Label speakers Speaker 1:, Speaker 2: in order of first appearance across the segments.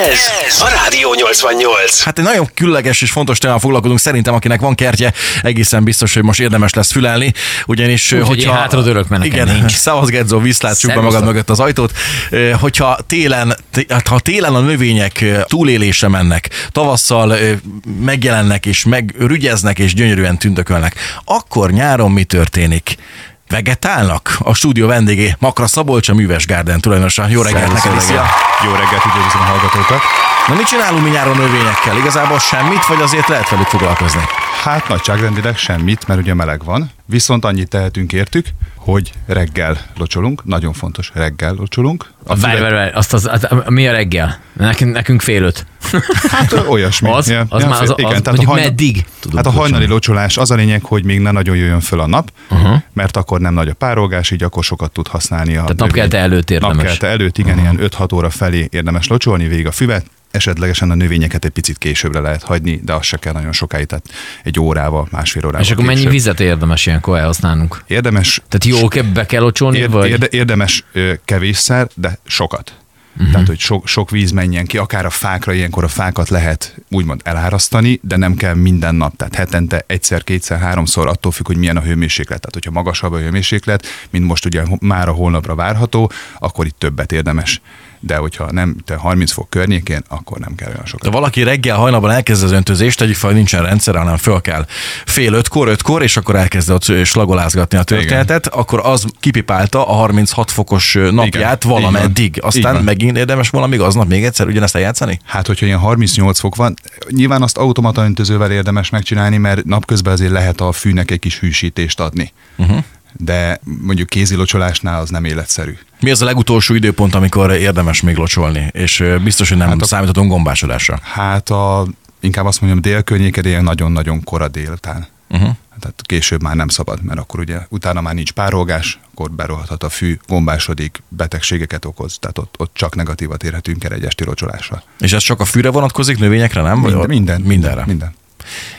Speaker 1: ez a Rádió 88.
Speaker 2: Hát egy nagyon különleges és fontos témával foglalkozunk. Szerintem, akinek van kertje, egészen biztos, hogy most érdemes lesz fülelni. Ugyanis,
Speaker 3: Úgyhogy én hátradőlök, mert nekem
Speaker 2: Igen,
Speaker 3: nincs.
Speaker 2: Szevasz Gedzo, viszlát, csukd be magad
Speaker 3: Szervusztok.
Speaker 2: mögött az ajtót. Ö, Hogyha télen, té- hát ha télen a növények ö, túlélése mennek, tavasszal ö, megjelennek és megrügyeznek és gyönyörűen tündökölnek, akkor nyáron mi történik? vegetálnak a stúdió vendégé, Makra Szabolcs, a Műves Garden tulajdonosa. Jó reggelt neked, is, szia!
Speaker 4: Jó reggelt, üdvözlöm a hallgatókat!
Speaker 2: Na mit csinálunk mi nyáron növényekkel? Igazából semmit, vagy azért lehet velük foglalkozni?
Speaker 4: Hát nagyságrendileg semmit, mert ugye meleg van, viszont annyit tehetünk értük, hogy reggel locsolunk, nagyon fontos, reggel locsolunk. A
Speaker 3: Várj, várj, várj, azt az, az, mi a reggel? Nekünk, nekünk fél öt.
Speaker 4: Hát ö, olyasmi.
Speaker 3: Az,
Speaker 4: Ja,
Speaker 3: az
Speaker 4: ja,
Speaker 3: már az,
Speaker 4: fél-
Speaker 3: az,
Speaker 4: igen,
Speaker 3: az
Speaker 4: tehát a
Speaker 3: mondjuk
Speaker 4: hajna-
Speaker 3: meddig
Speaker 4: Hát a hajnali locsolás az a lényeg, hogy még ne nagyon jöjjön föl a nap, uh-huh. mert akkor nem nagy a párolgás, így akkor sokat tud használni a Tehát
Speaker 3: napkelte előtt érdemes.
Speaker 4: Napkelte előtt, igen, uh-huh. ilyen 5-6 óra felé érdemes locsolni, végig a füvet, esetlegesen a növényeket egy picit későbbre lehet hagyni, de az se kell nagyon sokáig, tehát egy órával, másfél órával
Speaker 3: És akkor mennyi
Speaker 4: később.
Speaker 3: vizet érdemes ilyenkor elhasználnunk?
Speaker 4: Érdemes
Speaker 3: Tehát jó, ke- be kell ocsolni,
Speaker 4: Érd,
Speaker 3: vagy?
Speaker 4: érde, érdemes ö, kevésszer, de sokat. Uh-huh. Tehát, hogy sok, sok víz menjen ki, akár a fákra, ilyenkor a fákat lehet úgymond elárasztani, de nem kell minden nap, tehát hetente egyszer, kétszer, háromszor, attól függ, hogy milyen a hőmérséklet. Tehát, hogyha magasabb a hőmérséklet, mint most ugye már a holnapra várható, akkor itt többet érdemes. De hogyha nem, te 30 fok környékén, akkor nem kell olyan sokat.
Speaker 2: Ha valaki reggel hajnalban elkezd az öntözést, tegyük fel, hogy nincsen rendszer, hanem föl kell fél ötkor, ötkor, és akkor elkezd ott ö, slagolázgatni a történetet, Igen. akkor az kipipálta a 36 fokos ö, napját
Speaker 4: Igen, így van.
Speaker 2: valameddig. Aztán
Speaker 4: Így van.
Speaker 2: megint érdemes valamíg aznap még egyszer ugyanezt eljátszani?
Speaker 4: Hát, hogyha ilyen 38 fok van, nyilván azt automata öntözővel érdemes megcsinálni, mert napközben azért lehet a fűnek egy kis hűsítést adni. Uh-huh. De mondjuk kézilocsolásnál az nem életszerű.
Speaker 2: Mi az a legutolsó időpont, amikor érdemes még locsolni? És ö, biztos, hogy nem hát
Speaker 4: a-
Speaker 2: számíthatunk gombásodásra.
Speaker 4: Hát a, inkább azt mondjam, délkörnyéked ilyen nagyon-nagyon kora délután. Uh-huh. Tehát később már nem szabad, mert akkor ugye utána már nincs párolgás, akkor berohadhat a fű, gombásodik, betegségeket okoz, tehát ott, ott csak negatívat érhetünk el egy esti locsolással.
Speaker 2: És ez csak a fűre vonatkozik, növényekre nem? Vagy
Speaker 4: Minden,
Speaker 2: ott-
Speaker 4: minden,
Speaker 2: mindenre.
Speaker 4: Minden.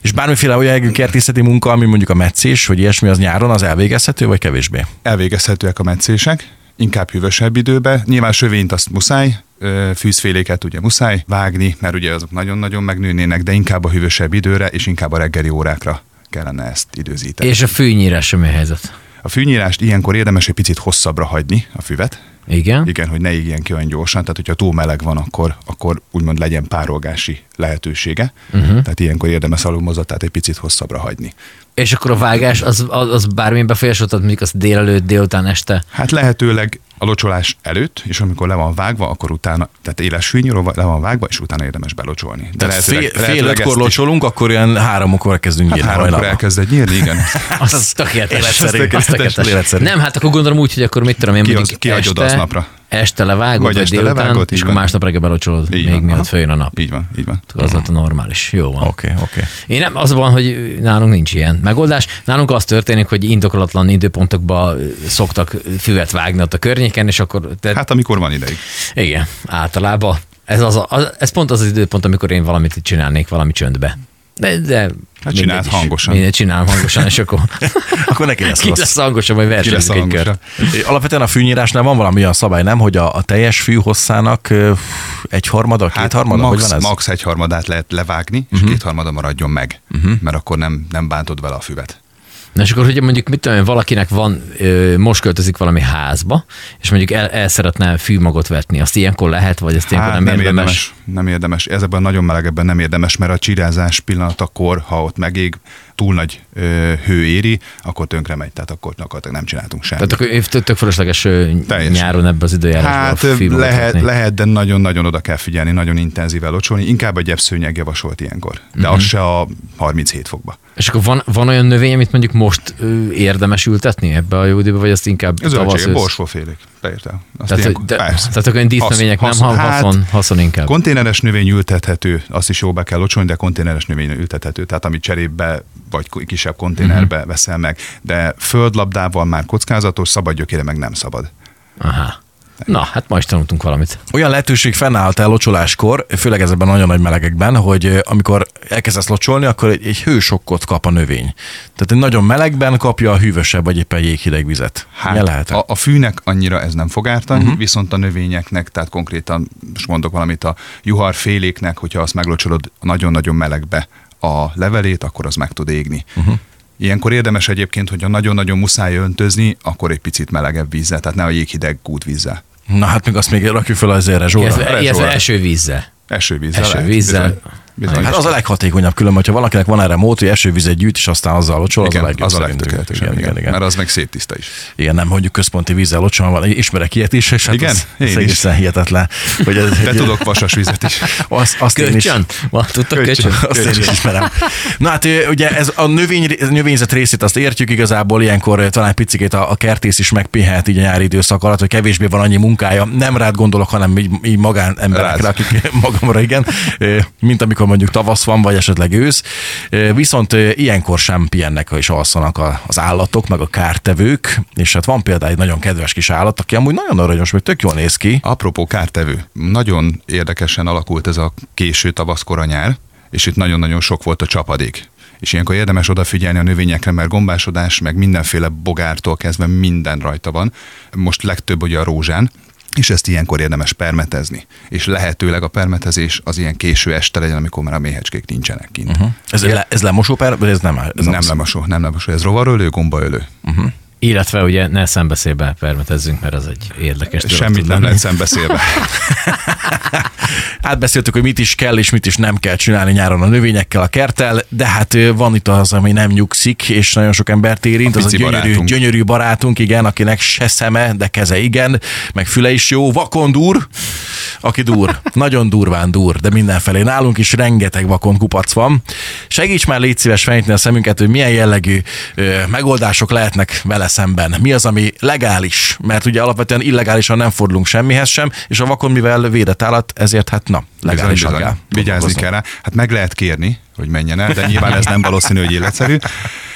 Speaker 2: És bármiféle olyan kertészeti munka, ami mondjuk a meccés, vagy ilyesmi, az nyáron az elvégezhető, vagy kevésbé?
Speaker 4: elvégezhetőek a meccések, inkább hűvösebb időbe. Nyilván sövényt azt muszáj, ö, fűzféléket ugye muszáj vágni, mert ugye azok nagyon-nagyon megnőnének, de inkább a hűvösebb időre és inkább a reggeli órákra kellene ezt időzíteni.
Speaker 3: És a fűnyírás semmi helyzet.
Speaker 4: A fűnyírást ilyenkor érdemes egy picit hosszabbra hagyni a füvet,
Speaker 3: Igen?
Speaker 4: igen, hogy ne égjen ki olyan gyorsan, tehát hogyha túl meleg van, akkor, akkor úgymond legyen párolgási lehetősége. Uh-huh. Tehát ilyenkor érdemes alulmozatát egy picit hosszabbra hagyni.
Speaker 3: És akkor a vágás, az, az, az bármilyen befolyásoltat, mondjuk az délelőtt, délután, este.
Speaker 4: Hát lehetőleg a locsolás előtt, és amikor le van vágva, akkor utána, tehát éles fűnyíróval le van vágva, és utána érdemes belocsolni. De
Speaker 2: Tehát fél, fél
Speaker 4: lehetőleg
Speaker 2: ötkor
Speaker 4: ezt is-
Speaker 2: locsolunk, akkor ilyen háromkor kezdünk
Speaker 4: Hát
Speaker 2: nyírni
Speaker 4: háromkor
Speaker 2: hajnalban.
Speaker 4: elkezd egy nyírni, igen.
Speaker 3: Az, az tökéletes.
Speaker 2: életszerű,
Speaker 3: Az tökéletes.
Speaker 2: életszerű, életszerű.
Speaker 3: Nem, hát akkor gondolom úgy, hogy akkor mit tudom én,
Speaker 4: Ki az-
Speaker 3: mondjuk
Speaker 4: kihagyod
Speaker 3: este,
Speaker 4: aznapra.
Speaker 3: este levágod, vagy,
Speaker 4: Vagy
Speaker 3: vagy
Speaker 4: este
Speaker 3: délután,
Speaker 4: levágod,
Speaker 3: és
Speaker 4: így
Speaker 3: akkor
Speaker 4: van.
Speaker 3: másnap reggel belocsolod, még
Speaker 4: Így van,
Speaker 3: mielőtt
Speaker 4: aha.
Speaker 3: följön a nap.
Speaker 4: így van, így van.
Speaker 3: Az lett a normális. Jó van.
Speaker 2: Oké, oké.
Speaker 3: Én nem, az van, hogy nálunk nincs ilyen megoldás. Nálunk az történik, hogy indokolatlan időpontokba szoktak füvet vágni ott a környéken, és akkor... Te, hát,
Speaker 4: Hát amikor van ideig.
Speaker 3: igen, általában. Ez, az a, az, ez pont az az időpont, amikor én valamit itt csinálnék, valami csöndbe. De, de mindegy
Speaker 4: csináld
Speaker 3: is.
Speaker 4: hangosan.
Speaker 3: Mindegy, csinálom hangosan, és akkor
Speaker 2: Akkor neki lesz
Speaker 3: ki
Speaker 2: rossz.
Speaker 3: lesz hangosan, vagy
Speaker 4: Ki lesz
Speaker 3: versenyzünk egy
Speaker 4: hangosabb?
Speaker 3: kört.
Speaker 2: É, Alapvetően a fűnyírásnál van valami olyan szabály, nem? Hogy a, a teljes fű hosszának ö, egy harmada, két harmada, hogy
Speaker 4: Hát, max,
Speaker 2: van ez? Mhm.
Speaker 4: max egyharmadát lehet levágni, és uh-huh. kétharmada maradjon meg, uh-huh. mert akkor nem, nem bántod vele a füvet.
Speaker 3: Na és akkor, hogyha mondjuk mit tudom én, valakinek van, ö, most költözik valami házba, és mondjuk el, el szeretne fűmagot vetni, azt ilyenkor lehet, vagy azt ilyenkor
Speaker 4: Hát
Speaker 3: nem, nem érdemes? érdemes.
Speaker 4: Nem érdemes. Ezekben nagyon melegebben nem érdemes, mert a csirázás pillanatakor, ha ott megég, túl nagy ö, hő éri, akkor tönkre megy, tehát akkor gyakorlatilag nem csináltunk semmit.
Speaker 3: Tehát akkor év- tök fölösleges ö,
Speaker 4: Teljesen.
Speaker 3: nyáron ebbe az időjárásban
Speaker 4: Hát
Speaker 3: a fűmagot
Speaker 4: lehet,
Speaker 3: vetni.
Speaker 4: lehet, de nagyon-nagyon oda kell figyelni, nagyon intenzíven locsolni. Inkább a gyepszőnyeg javasolt ilyenkor, de
Speaker 3: Mhm.
Speaker 4: az se a 37 fokba.
Speaker 3: És akkor van, van olyan növény, amit mondjuk most ö, érdemes ültetni ebbe a jó időbe, vagy azt inkább
Speaker 4: Ez
Speaker 3: tavasz
Speaker 4: zöldsége,
Speaker 3: ősz?
Speaker 4: borsófélék, beírtál. Azt
Speaker 3: Tehát,
Speaker 4: ilyenkor-
Speaker 3: de,
Speaker 4: persze. hát-
Speaker 3: tehát akkor olyan dísznövények nem, hanem haszon, haszon inkább.
Speaker 4: Konténeres növény ültethető, azt is jó be kell locsolni, de konténeres növény ültethető, tehát amit cserébe vagy k- kisebb konténerbe uh-huh. veszel meg, de földlabdával már kockázatos, szabad gyökére meg nem szabad.
Speaker 3: Aha. Na, hát ma is tanultunk valamit.
Speaker 2: olyan lehetőség fennállt el locsoláskor, főleg ezekben nagyon nagy melegekben, hogy ö, amikor elkezdesz locsolni, akkor egy, egy hősokkot kap a növény. Tehát egy nagyon melegben kapja a hűvösebb, vagy éppen jéghideg vizet. Hát, Milyen lehet?
Speaker 4: a, a fűnek annyira ez nem fog ártani, uh-huh. viszont a növényeknek, tehát konkrétan, most mondok valamit, a juharféléknek, hogyha azt meglocsolod nagyon-nagyon melegbe a levelét, akkor az meg tud égni. Uh-huh. Ilyenkor érdemes egyébként, hogyha nagyon-nagyon muszáj öntözni, akkor egy picit melegebb vízzel, tehát ne a jéghideg gútvízzel.
Speaker 2: Na hát még azt még rakjuk fel az erre Zsóra.
Speaker 3: Illetve illetve esővízzel.
Speaker 4: Esővízzel.
Speaker 3: Esővízzel.
Speaker 4: lehet. Bizony. Bizony.
Speaker 2: Hát az a leghatékonyabb külön, hogyha valakinek van erre mód, hogy esővizet gyűjt, és aztán azzal locsol, az a legjobb.
Speaker 4: az a
Speaker 2: szerintünk.
Speaker 4: legtökéletesebb.
Speaker 2: Igen, igen, igen.
Speaker 4: Mert az meg széttiszta is.
Speaker 2: igen, nem mondjuk központi vízzel locsolom, van, ismerek ilyet is, és hát
Speaker 4: Igen,
Speaker 2: az,
Speaker 4: én
Speaker 2: az
Speaker 4: is.
Speaker 2: egészen hihetetlen. Hogy ez,
Speaker 4: De tudok vasas vizet is.
Speaker 2: Azt, azt én is,
Speaker 3: Köcsön? Van, tudtak köcsön?
Speaker 2: Azt én is ismerem. Na hát ö, ugye ez a növény, ez a növényzet részét azt értjük igazából, ilyenkor ö, talán picikét a, a kertész is megpihenhet így a nyári időszak alatt, hogy kevésbé van annyi munkája. Nem rád gondolok, hanem így, így magánemberekre,
Speaker 4: Rád.
Speaker 2: akik magamra, igen, ö, mint amikor mondjuk tavasz van, vagy esetleg ősz. Ö, Viszont ö, ilyenkor sem pihennek és alszanak a- az állatok, meg a kártevők, és hát van például egy nagyon kedves kis állat, aki amúgy nagyon aranyos, meg tök jól néz ki.
Speaker 4: Apropó kártevő, nagyon érdekesen alakult ez a késő tavasz kora nyár, és itt nagyon-nagyon sok volt a csapadék. És ilyenkor érdemes odafigyelni a növényekre, mert gombásodás, meg mindenféle bogártól kezdve minden rajta van. Most legtöbb ugye a rózsán, és ezt ilyenkor érdemes permetezni. És lehetőleg a permetezés az ilyen késő este legyen, amikor már a méhecskék nincsenek kint. Uh-huh.
Speaker 2: Ez, le, ez lemosó per, vagy ez nem áll. Ez
Speaker 4: Ez nem
Speaker 2: az-
Speaker 4: lemasó, nem lemasó. Ez rovarölő, gombaölő.
Speaker 3: Illetve ugye ne szembeszélbe permetezzünk, mert az egy érdekes dolog
Speaker 4: Semmit
Speaker 3: tud
Speaker 4: nem
Speaker 3: lenni.
Speaker 4: lehet szembeszélve.
Speaker 2: Átbeszéltük, hogy mit is kell és mit is nem kell csinálni nyáron a növényekkel, a kerttel, de hát ö, van itt az, ami nem nyugszik, és nagyon sok embert érint,
Speaker 4: A
Speaker 2: az a
Speaker 4: pici
Speaker 2: gyönyörű,
Speaker 4: barátunk.
Speaker 2: gyönyörű barátunk, igen, akinek se szeme, de keze igen, meg füle is jó, vakond úr, aki dur, nagyon durván dur, de mindenfelé. Nálunk is rengeteg vakond kupac van. Segíts már légy szíves fejteni a szemünket, hogy milyen jellegű ö, megoldások lehetnek vele szemben. Mi az, ami legális? Mert ugye alapvetően illegálisan nem fordulunk semmihez sem, és a vakon, mivel védett állat, ezért hát na, legálisan
Speaker 4: Bizony,
Speaker 2: kell.
Speaker 4: bizony. Vigyázni kell rá. Hát meg lehet kérni, hogy menjen el, de nyilván ez nem valószínű, hogy életszerű.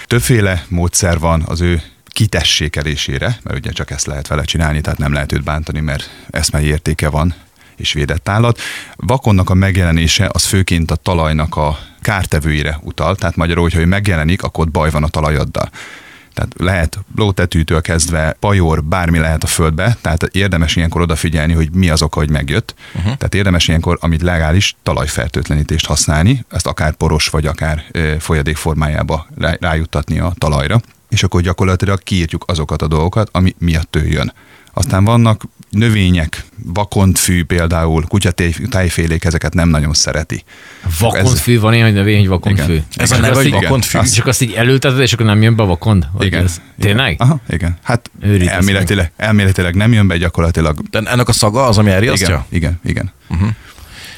Speaker 4: Többféle módszer van az ő kitessékelésére, mert ugye csak ezt lehet vele csinálni, tehát nem lehet őt bántani, mert eszmei értéke van és védett állat. Vakonnak a megjelenése az főként a talajnak a kártevőire utal, tehát magyarul, hogyha ő megjelenik, akkor ott baj van a talajaddal. Tehát lehet lótetűtől kezdve pajor, bármi lehet a földbe, tehát érdemes ilyenkor odafigyelni, hogy mi az oka, hogy megjött. Uh-huh. Tehát érdemes ilyenkor, amit legális, talajfertőtlenítést használni, ezt akár poros, vagy akár ö, folyadék formájába rá- rájuttatni a talajra, és akkor gyakorlatilag kiírtjuk azokat a dolgokat, ami miatt ő jön. Aztán vannak növények, vakontfű például, kutyatájfélék, ezeket nem nagyon szereti.
Speaker 3: Vakondfű van ilyen, hogy növény, hogy vakondfű.
Speaker 4: Igen.
Speaker 2: Ez a
Speaker 3: Csak
Speaker 2: neve,
Speaker 3: azt
Speaker 2: hogy
Speaker 3: így-
Speaker 2: vakondfű?
Speaker 3: És csak azt így elülteted, és akkor nem jön be a vakond? Vagy
Speaker 4: Igen.
Speaker 3: Ez? Tényleg?
Speaker 4: Aha, igen. Hát
Speaker 3: Őrít ez
Speaker 4: elméletileg, elméletileg nem jön be, gyakorlatilag
Speaker 2: De ennek a szaga az, ami elriasztja?
Speaker 4: igen, igen, igen.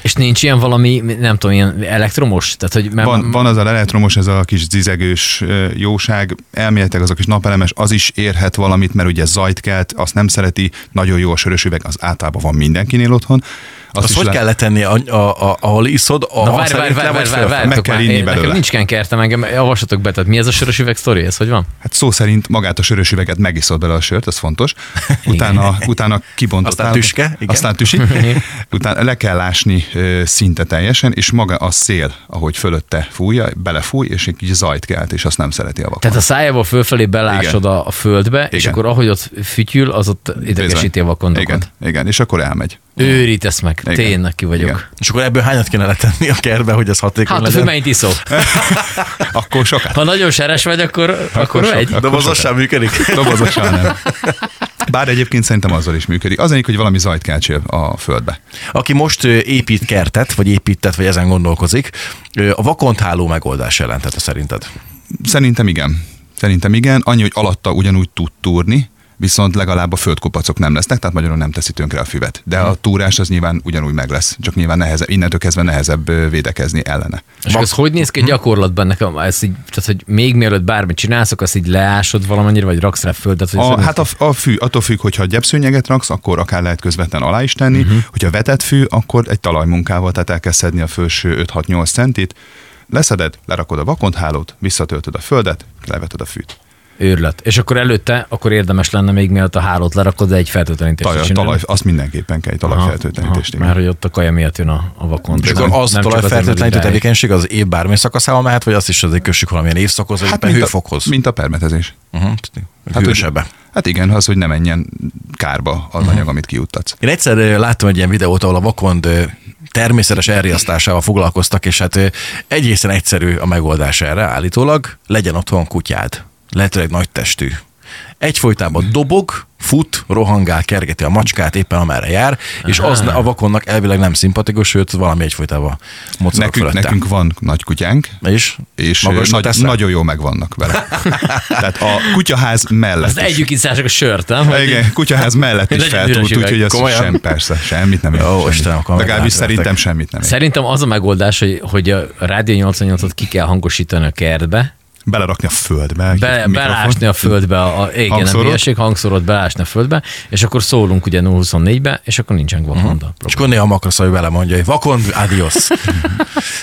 Speaker 3: És nincs ilyen valami, nem tudom, ilyen elektromos? Tehát, hogy mert
Speaker 4: Van, van az a elektromos, ez a kis zizegős ö, jóság, elméletek az a kis napelemes, az is érhet valamit, mert ugye zajt kelt, azt nem szereti, nagyon jó a sörös üveg, az általában van mindenkinél otthon. Azt
Speaker 2: Azt
Speaker 4: is
Speaker 2: hogy
Speaker 4: le-
Speaker 2: kell letenni, a, a, a, ahol iszod? A,
Speaker 3: Na
Speaker 2: a
Speaker 3: várj, várj,
Speaker 2: szerintem, vagy
Speaker 3: várj, várj, várj,
Speaker 2: fölfele?
Speaker 3: várj,
Speaker 4: Meg kell inni belőle.
Speaker 3: Nekem nincs kertem, engem javaslatok be, tehát mi ez a sörös üveg sztori, ez hogy van?
Speaker 4: Hát szó szerint magát a sörös üveget megiszod bele a sört, ez fontos. Utána, utána kibontott
Speaker 2: Aztán
Speaker 4: állapot-
Speaker 2: tüske, igen.
Speaker 4: Aztán tüsi. utána le kell ásni ö, szinte teljesen, és maga a szél, ahogy fölötte fújja, belefúj, és egy kis zajt kelt, és azt nem szereti a vakon.
Speaker 3: Tehát a szájából fölfelé belásod a, a földbe, Igen. és
Speaker 4: Igen.
Speaker 3: akkor ahogy ott fütyül, az ott idegesíti a
Speaker 4: igen,
Speaker 3: vakondokat.
Speaker 4: igen, és akkor elmegy.
Speaker 3: Őrítesz meg,
Speaker 4: Igen.
Speaker 3: tényleg ki vagyok.
Speaker 4: Igen.
Speaker 2: És akkor ebből hányat kéne letenni a kertbe, hogy ez hatékony
Speaker 3: Hát a
Speaker 2: legyen?
Speaker 3: mennyit iszol.
Speaker 4: Akkor sokat.
Speaker 3: Ha nagyon seres vagy, akkor, akkor, akkor
Speaker 4: sok.
Speaker 3: megy.
Speaker 2: De az sem működik.
Speaker 4: Dobozosan nem. Bár egyébként szerintem azzal is működik. Az egyik, hogy valami zajt keltsél a földbe.
Speaker 2: Aki most ö, épít kertet, vagy épített, vagy ezen gondolkozik, ö, a vakontháló megoldás jelentette szerinted?
Speaker 4: Szerintem igen. Szerintem igen. Annyi, hogy alatta ugyanúgy tud túrni, viszont legalább a földkupacok nem lesznek, tehát magyarul nem teszi tönkre a füvet. De a túrás az nyilván ugyanúgy meg lesz, csak nyilván nehezebb, innentől kezdve nehezebb ö, védekezni ellene.
Speaker 3: És akkor ez hogy néz ki gyakorlatban nekem? Ez így, tehát, hogy még mielőtt bármit csinálsz, akkor azt így leásod valamennyire, vagy raksz rá földet? Hogy
Speaker 4: A,
Speaker 3: ez-
Speaker 4: hát a, f- a fű, attól függ, hogyha gyepszőnyeget raksz, akkor akár lehet közvetlen alá is tenni,
Speaker 2: Mhm.
Speaker 4: uh-huh. hogyha vetett fű, akkor egy talajmunkával, tehát el kell szedni a felső 5-6-8 centit, leszeded, lerakod a vakonthálót, visszatöltöd a földet, leveted a fűt.
Speaker 3: őrület. És akkor előtte, akkor érdemes lenne még mielőtt a hálót lerakod, de egy fertőtlenítést
Speaker 4: Talaj, talaj, azt mindenképpen kell, egy talajfertőtlenítést. igen.
Speaker 3: Mert hogy ott a kaja miatt jön a, a vakon.
Speaker 2: És akkor az talajfertőtlenítő tevékenység az év bármilyen szakaszába mehet, vagy azt is azért kössük valamilyen évszakhoz, vagy éppen hőfokhoz.
Speaker 4: A, Hát mint a permetezés.
Speaker 2: Uh-huh.
Speaker 4: Hát,
Speaker 2: Hűvösebbe.
Speaker 4: Hogy, hát igen, az, hogy ne menjen kárba
Speaker 2: Mhm.
Speaker 4: az anyag, amit kijuttatsz.
Speaker 2: Én egyszer ö, láttam egy ilyen videót, ahol a vakond ö, természetes elriasztásával foglalkoztak, és hát ö, egészen egyszerű a megoldás erre állítólag. Legyen otthon kutyád, lehetőleg nagy testű. Egyfolytában dobog, fut, rohangál, kergeti a macskát éppen amerre jár, és az ne- a vakonnak elvileg nem szimpatikus, sőt valami egyfolytában mocog
Speaker 4: Nekünk,
Speaker 2: Szóval fölötte.
Speaker 4: nekünk van nagy kutyánk,
Speaker 2: és,
Speaker 4: és
Speaker 2: magasra
Speaker 4: ö, nagy,
Speaker 2: teszel?
Speaker 4: nagyon jól megvannak vele. Tehát a kutyaház
Speaker 3: Ezt
Speaker 4: mellett is.
Speaker 3: együtt iszások a sört, nem? Vagy-
Speaker 4: Igen, kutyaház mellett is
Speaker 3: Legyen
Speaker 4: feltúlt,
Speaker 3: üresüveg.
Speaker 4: úgyhogy az
Speaker 2: Komolyan?
Speaker 4: sem, persze, semmit nem ér.
Speaker 2: Ó,
Speaker 4: semmit.
Speaker 2: Istenem, akkor
Speaker 4: Legalábbis
Speaker 2: meglátom,
Speaker 4: szerintem
Speaker 2: nektek.
Speaker 4: semmit nem ér.
Speaker 3: Szerintem az a megoldás, hogy, hogy a Rádió 88-ot ki kell hangosítani a kertbe,
Speaker 4: Belerakni a földbe. egy
Speaker 3: be,
Speaker 4: mikrofon.
Speaker 3: belásni a földbe, a, a igen,
Speaker 4: Hangszórót?
Speaker 3: hangszorot. nem hülyeség, hangszorot belásni a földbe, és akkor szólunk ugye 024-be, és akkor
Speaker 2: Mhm.
Speaker 3: nincsen vakonda.
Speaker 2: És akkor néha makrasz, hogy vele mondja, hogy vakond, adios.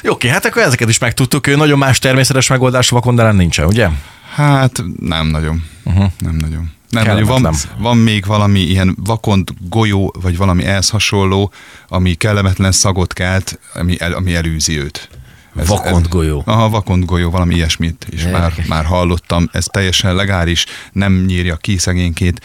Speaker 2: Jó, Oké, hát akkor ezeket is megtudtuk. Ő Nagyon más természetes megoldás a vakondalán nincsen, ugye?
Speaker 4: Hát nem nagyon. Uh-huh. Nem nagyon. Nem, nagyon.
Speaker 2: Kellemetlen.
Speaker 4: Van, van még valami ilyen vakond golyó, vagy valami ehhez hasonló, ami kellemetlen szagot kelt, ami, el, ami elűzi őt.
Speaker 3: Vakond golyó.
Speaker 4: Aha, vakond golyó, valami ilyesmit is már,
Speaker 3: Érdekes.
Speaker 4: már hallottam. Ez teljesen legális, nem nyírja ki szegénykét.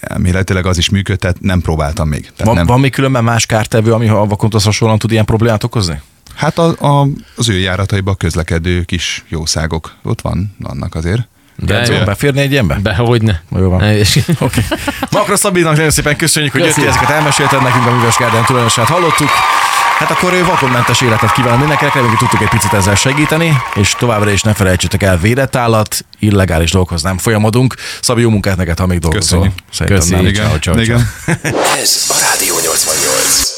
Speaker 4: Elméletileg az is működhet, nem próbáltam még. Tehát
Speaker 2: Van,
Speaker 4: nem.
Speaker 2: van még különben más kártevő, ami a vakondhoz hasonlóan tud ilyen problémát okozni?
Speaker 4: Hát a, a, az ő járataiba közlekedő kis jószágok. Ott van, vannak azért.
Speaker 2: Ez
Speaker 3: De
Speaker 2: jó, beférni egy ilyenbe?
Speaker 3: be, hogyne.
Speaker 2: Na, Jó van.
Speaker 3: És,
Speaker 2: Oké. Makra Szabinak nagyon szépen köszönjük, hogy jöttél ezeket elmesélted nekünk, a Műves Gárden tulajdonosát hallottuk. Hát akkor ő vakonmentes életet kívánok mindenkinek, reméljük, hogy tudtuk egy picit ezzel segíteni, és továbbra is ne felejtsétek el, védett állat, illegális dolgokhoz nem folyamodunk. Szabi, jó munkát neked, ha még dolgozol. Szerintem
Speaker 4: Köszönjük.
Speaker 3: Köszi.
Speaker 2: nem.
Speaker 3: Igen. Ciao, ciao, ciao.
Speaker 4: igen.
Speaker 1: Ez a Rádió 88.